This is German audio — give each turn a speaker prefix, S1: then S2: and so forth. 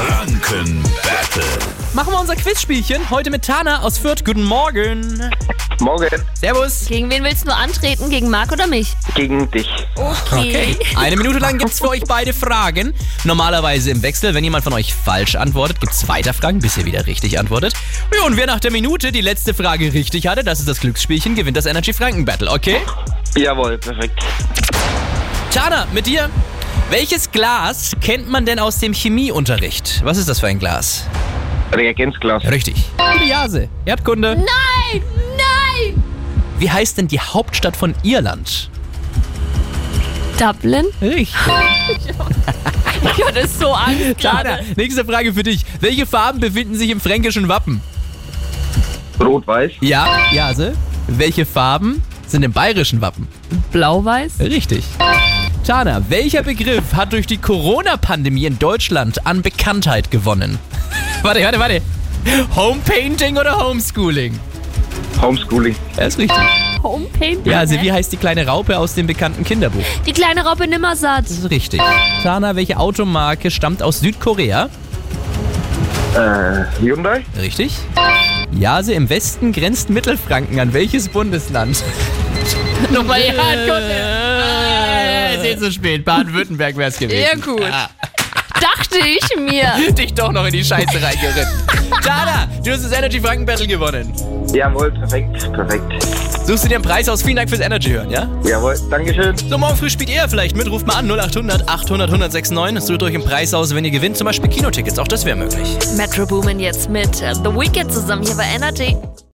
S1: Franken Battle.
S2: Machen wir unser Quizspielchen. Heute mit Tana aus Fürth. Guten Morgen.
S3: Morgen
S2: Servus.
S4: Gegen wen willst du antreten? Gegen Marc oder mich?
S3: gegen dich.
S4: Okay.
S2: Eine Minute lang gibt's für euch beide Fragen. Normalerweise im Wechsel. Wenn jemand von euch falsch antwortet, gibt's weiter Fragen, bis ihr wieder richtig antwortet. Ja, und wer nach der Minute die letzte Frage richtig hatte, das ist das Glücksspielchen, gewinnt das Energy Franken Battle, okay?
S3: Jawohl, perfekt.
S2: Tana, mit dir. Welches Glas kennt man denn aus dem Chemieunterricht? Was ist das für ein Glas?
S3: Reagenzglas.
S2: Richtig. Jase. Erdkunde.
S4: Nein, nein!
S2: Wie heißt denn die Hauptstadt von Irland?
S4: Dublin?
S2: Richtig.
S4: Ich hatte so Angst
S2: Tana,
S4: gerade.
S2: nächste Frage für dich. Welche Farben befinden sich im fränkischen Wappen?
S3: Rot-Weiß.
S2: Ja, Jase. Welche Farben sind im bayerischen Wappen?
S4: Blau-Weiß?
S2: Richtig. Tana, welcher Begriff hat durch die Corona-Pandemie in Deutschland an Bekanntheit gewonnen? warte, warte, warte. Homepainting oder Homeschooling?
S3: Homeschooling.
S2: Das ist richtig.
S4: Homepaint?
S2: Ja, also wie heißt die kleine Raupe aus dem bekannten Kinderbuch?
S4: Die kleine Robbe Nimmersatt.
S2: Das ist richtig. Tana, welche Automarke stammt aus Südkorea?
S3: Äh, Hyundai.
S2: Richtig. Jase, im Westen grenzt Mittelfranken an welches Bundesland? Nochmal die Handkunde. Ah, Es ist zu spät. Baden-Württemberg wäre es gewesen. Ah.
S4: Ja, gut. Dachte ich mir.
S2: Dich doch noch in die Scheiße reingeritten. Tana, du hast das Energy Franken Battle gewonnen.
S3: Jawohl, perfekt, perfekt.
S2: Suchst du dir einen Preis aus. Vielen Dank fürs Energy hören, ja?
S3: Jawohl, Dankeschön.
S2: So, morgen früh spielt ihr vielleicht mit. Ruft mal an 0800 800 1069. Sucht euch einen Preis aus, wenn ihr gewinnt. Zum Beispiel Kinotickets. Auch das wäre möglich.
S4: Metro Boomin jetzt mit äh, The Weeknd zusammen hier bei Energy.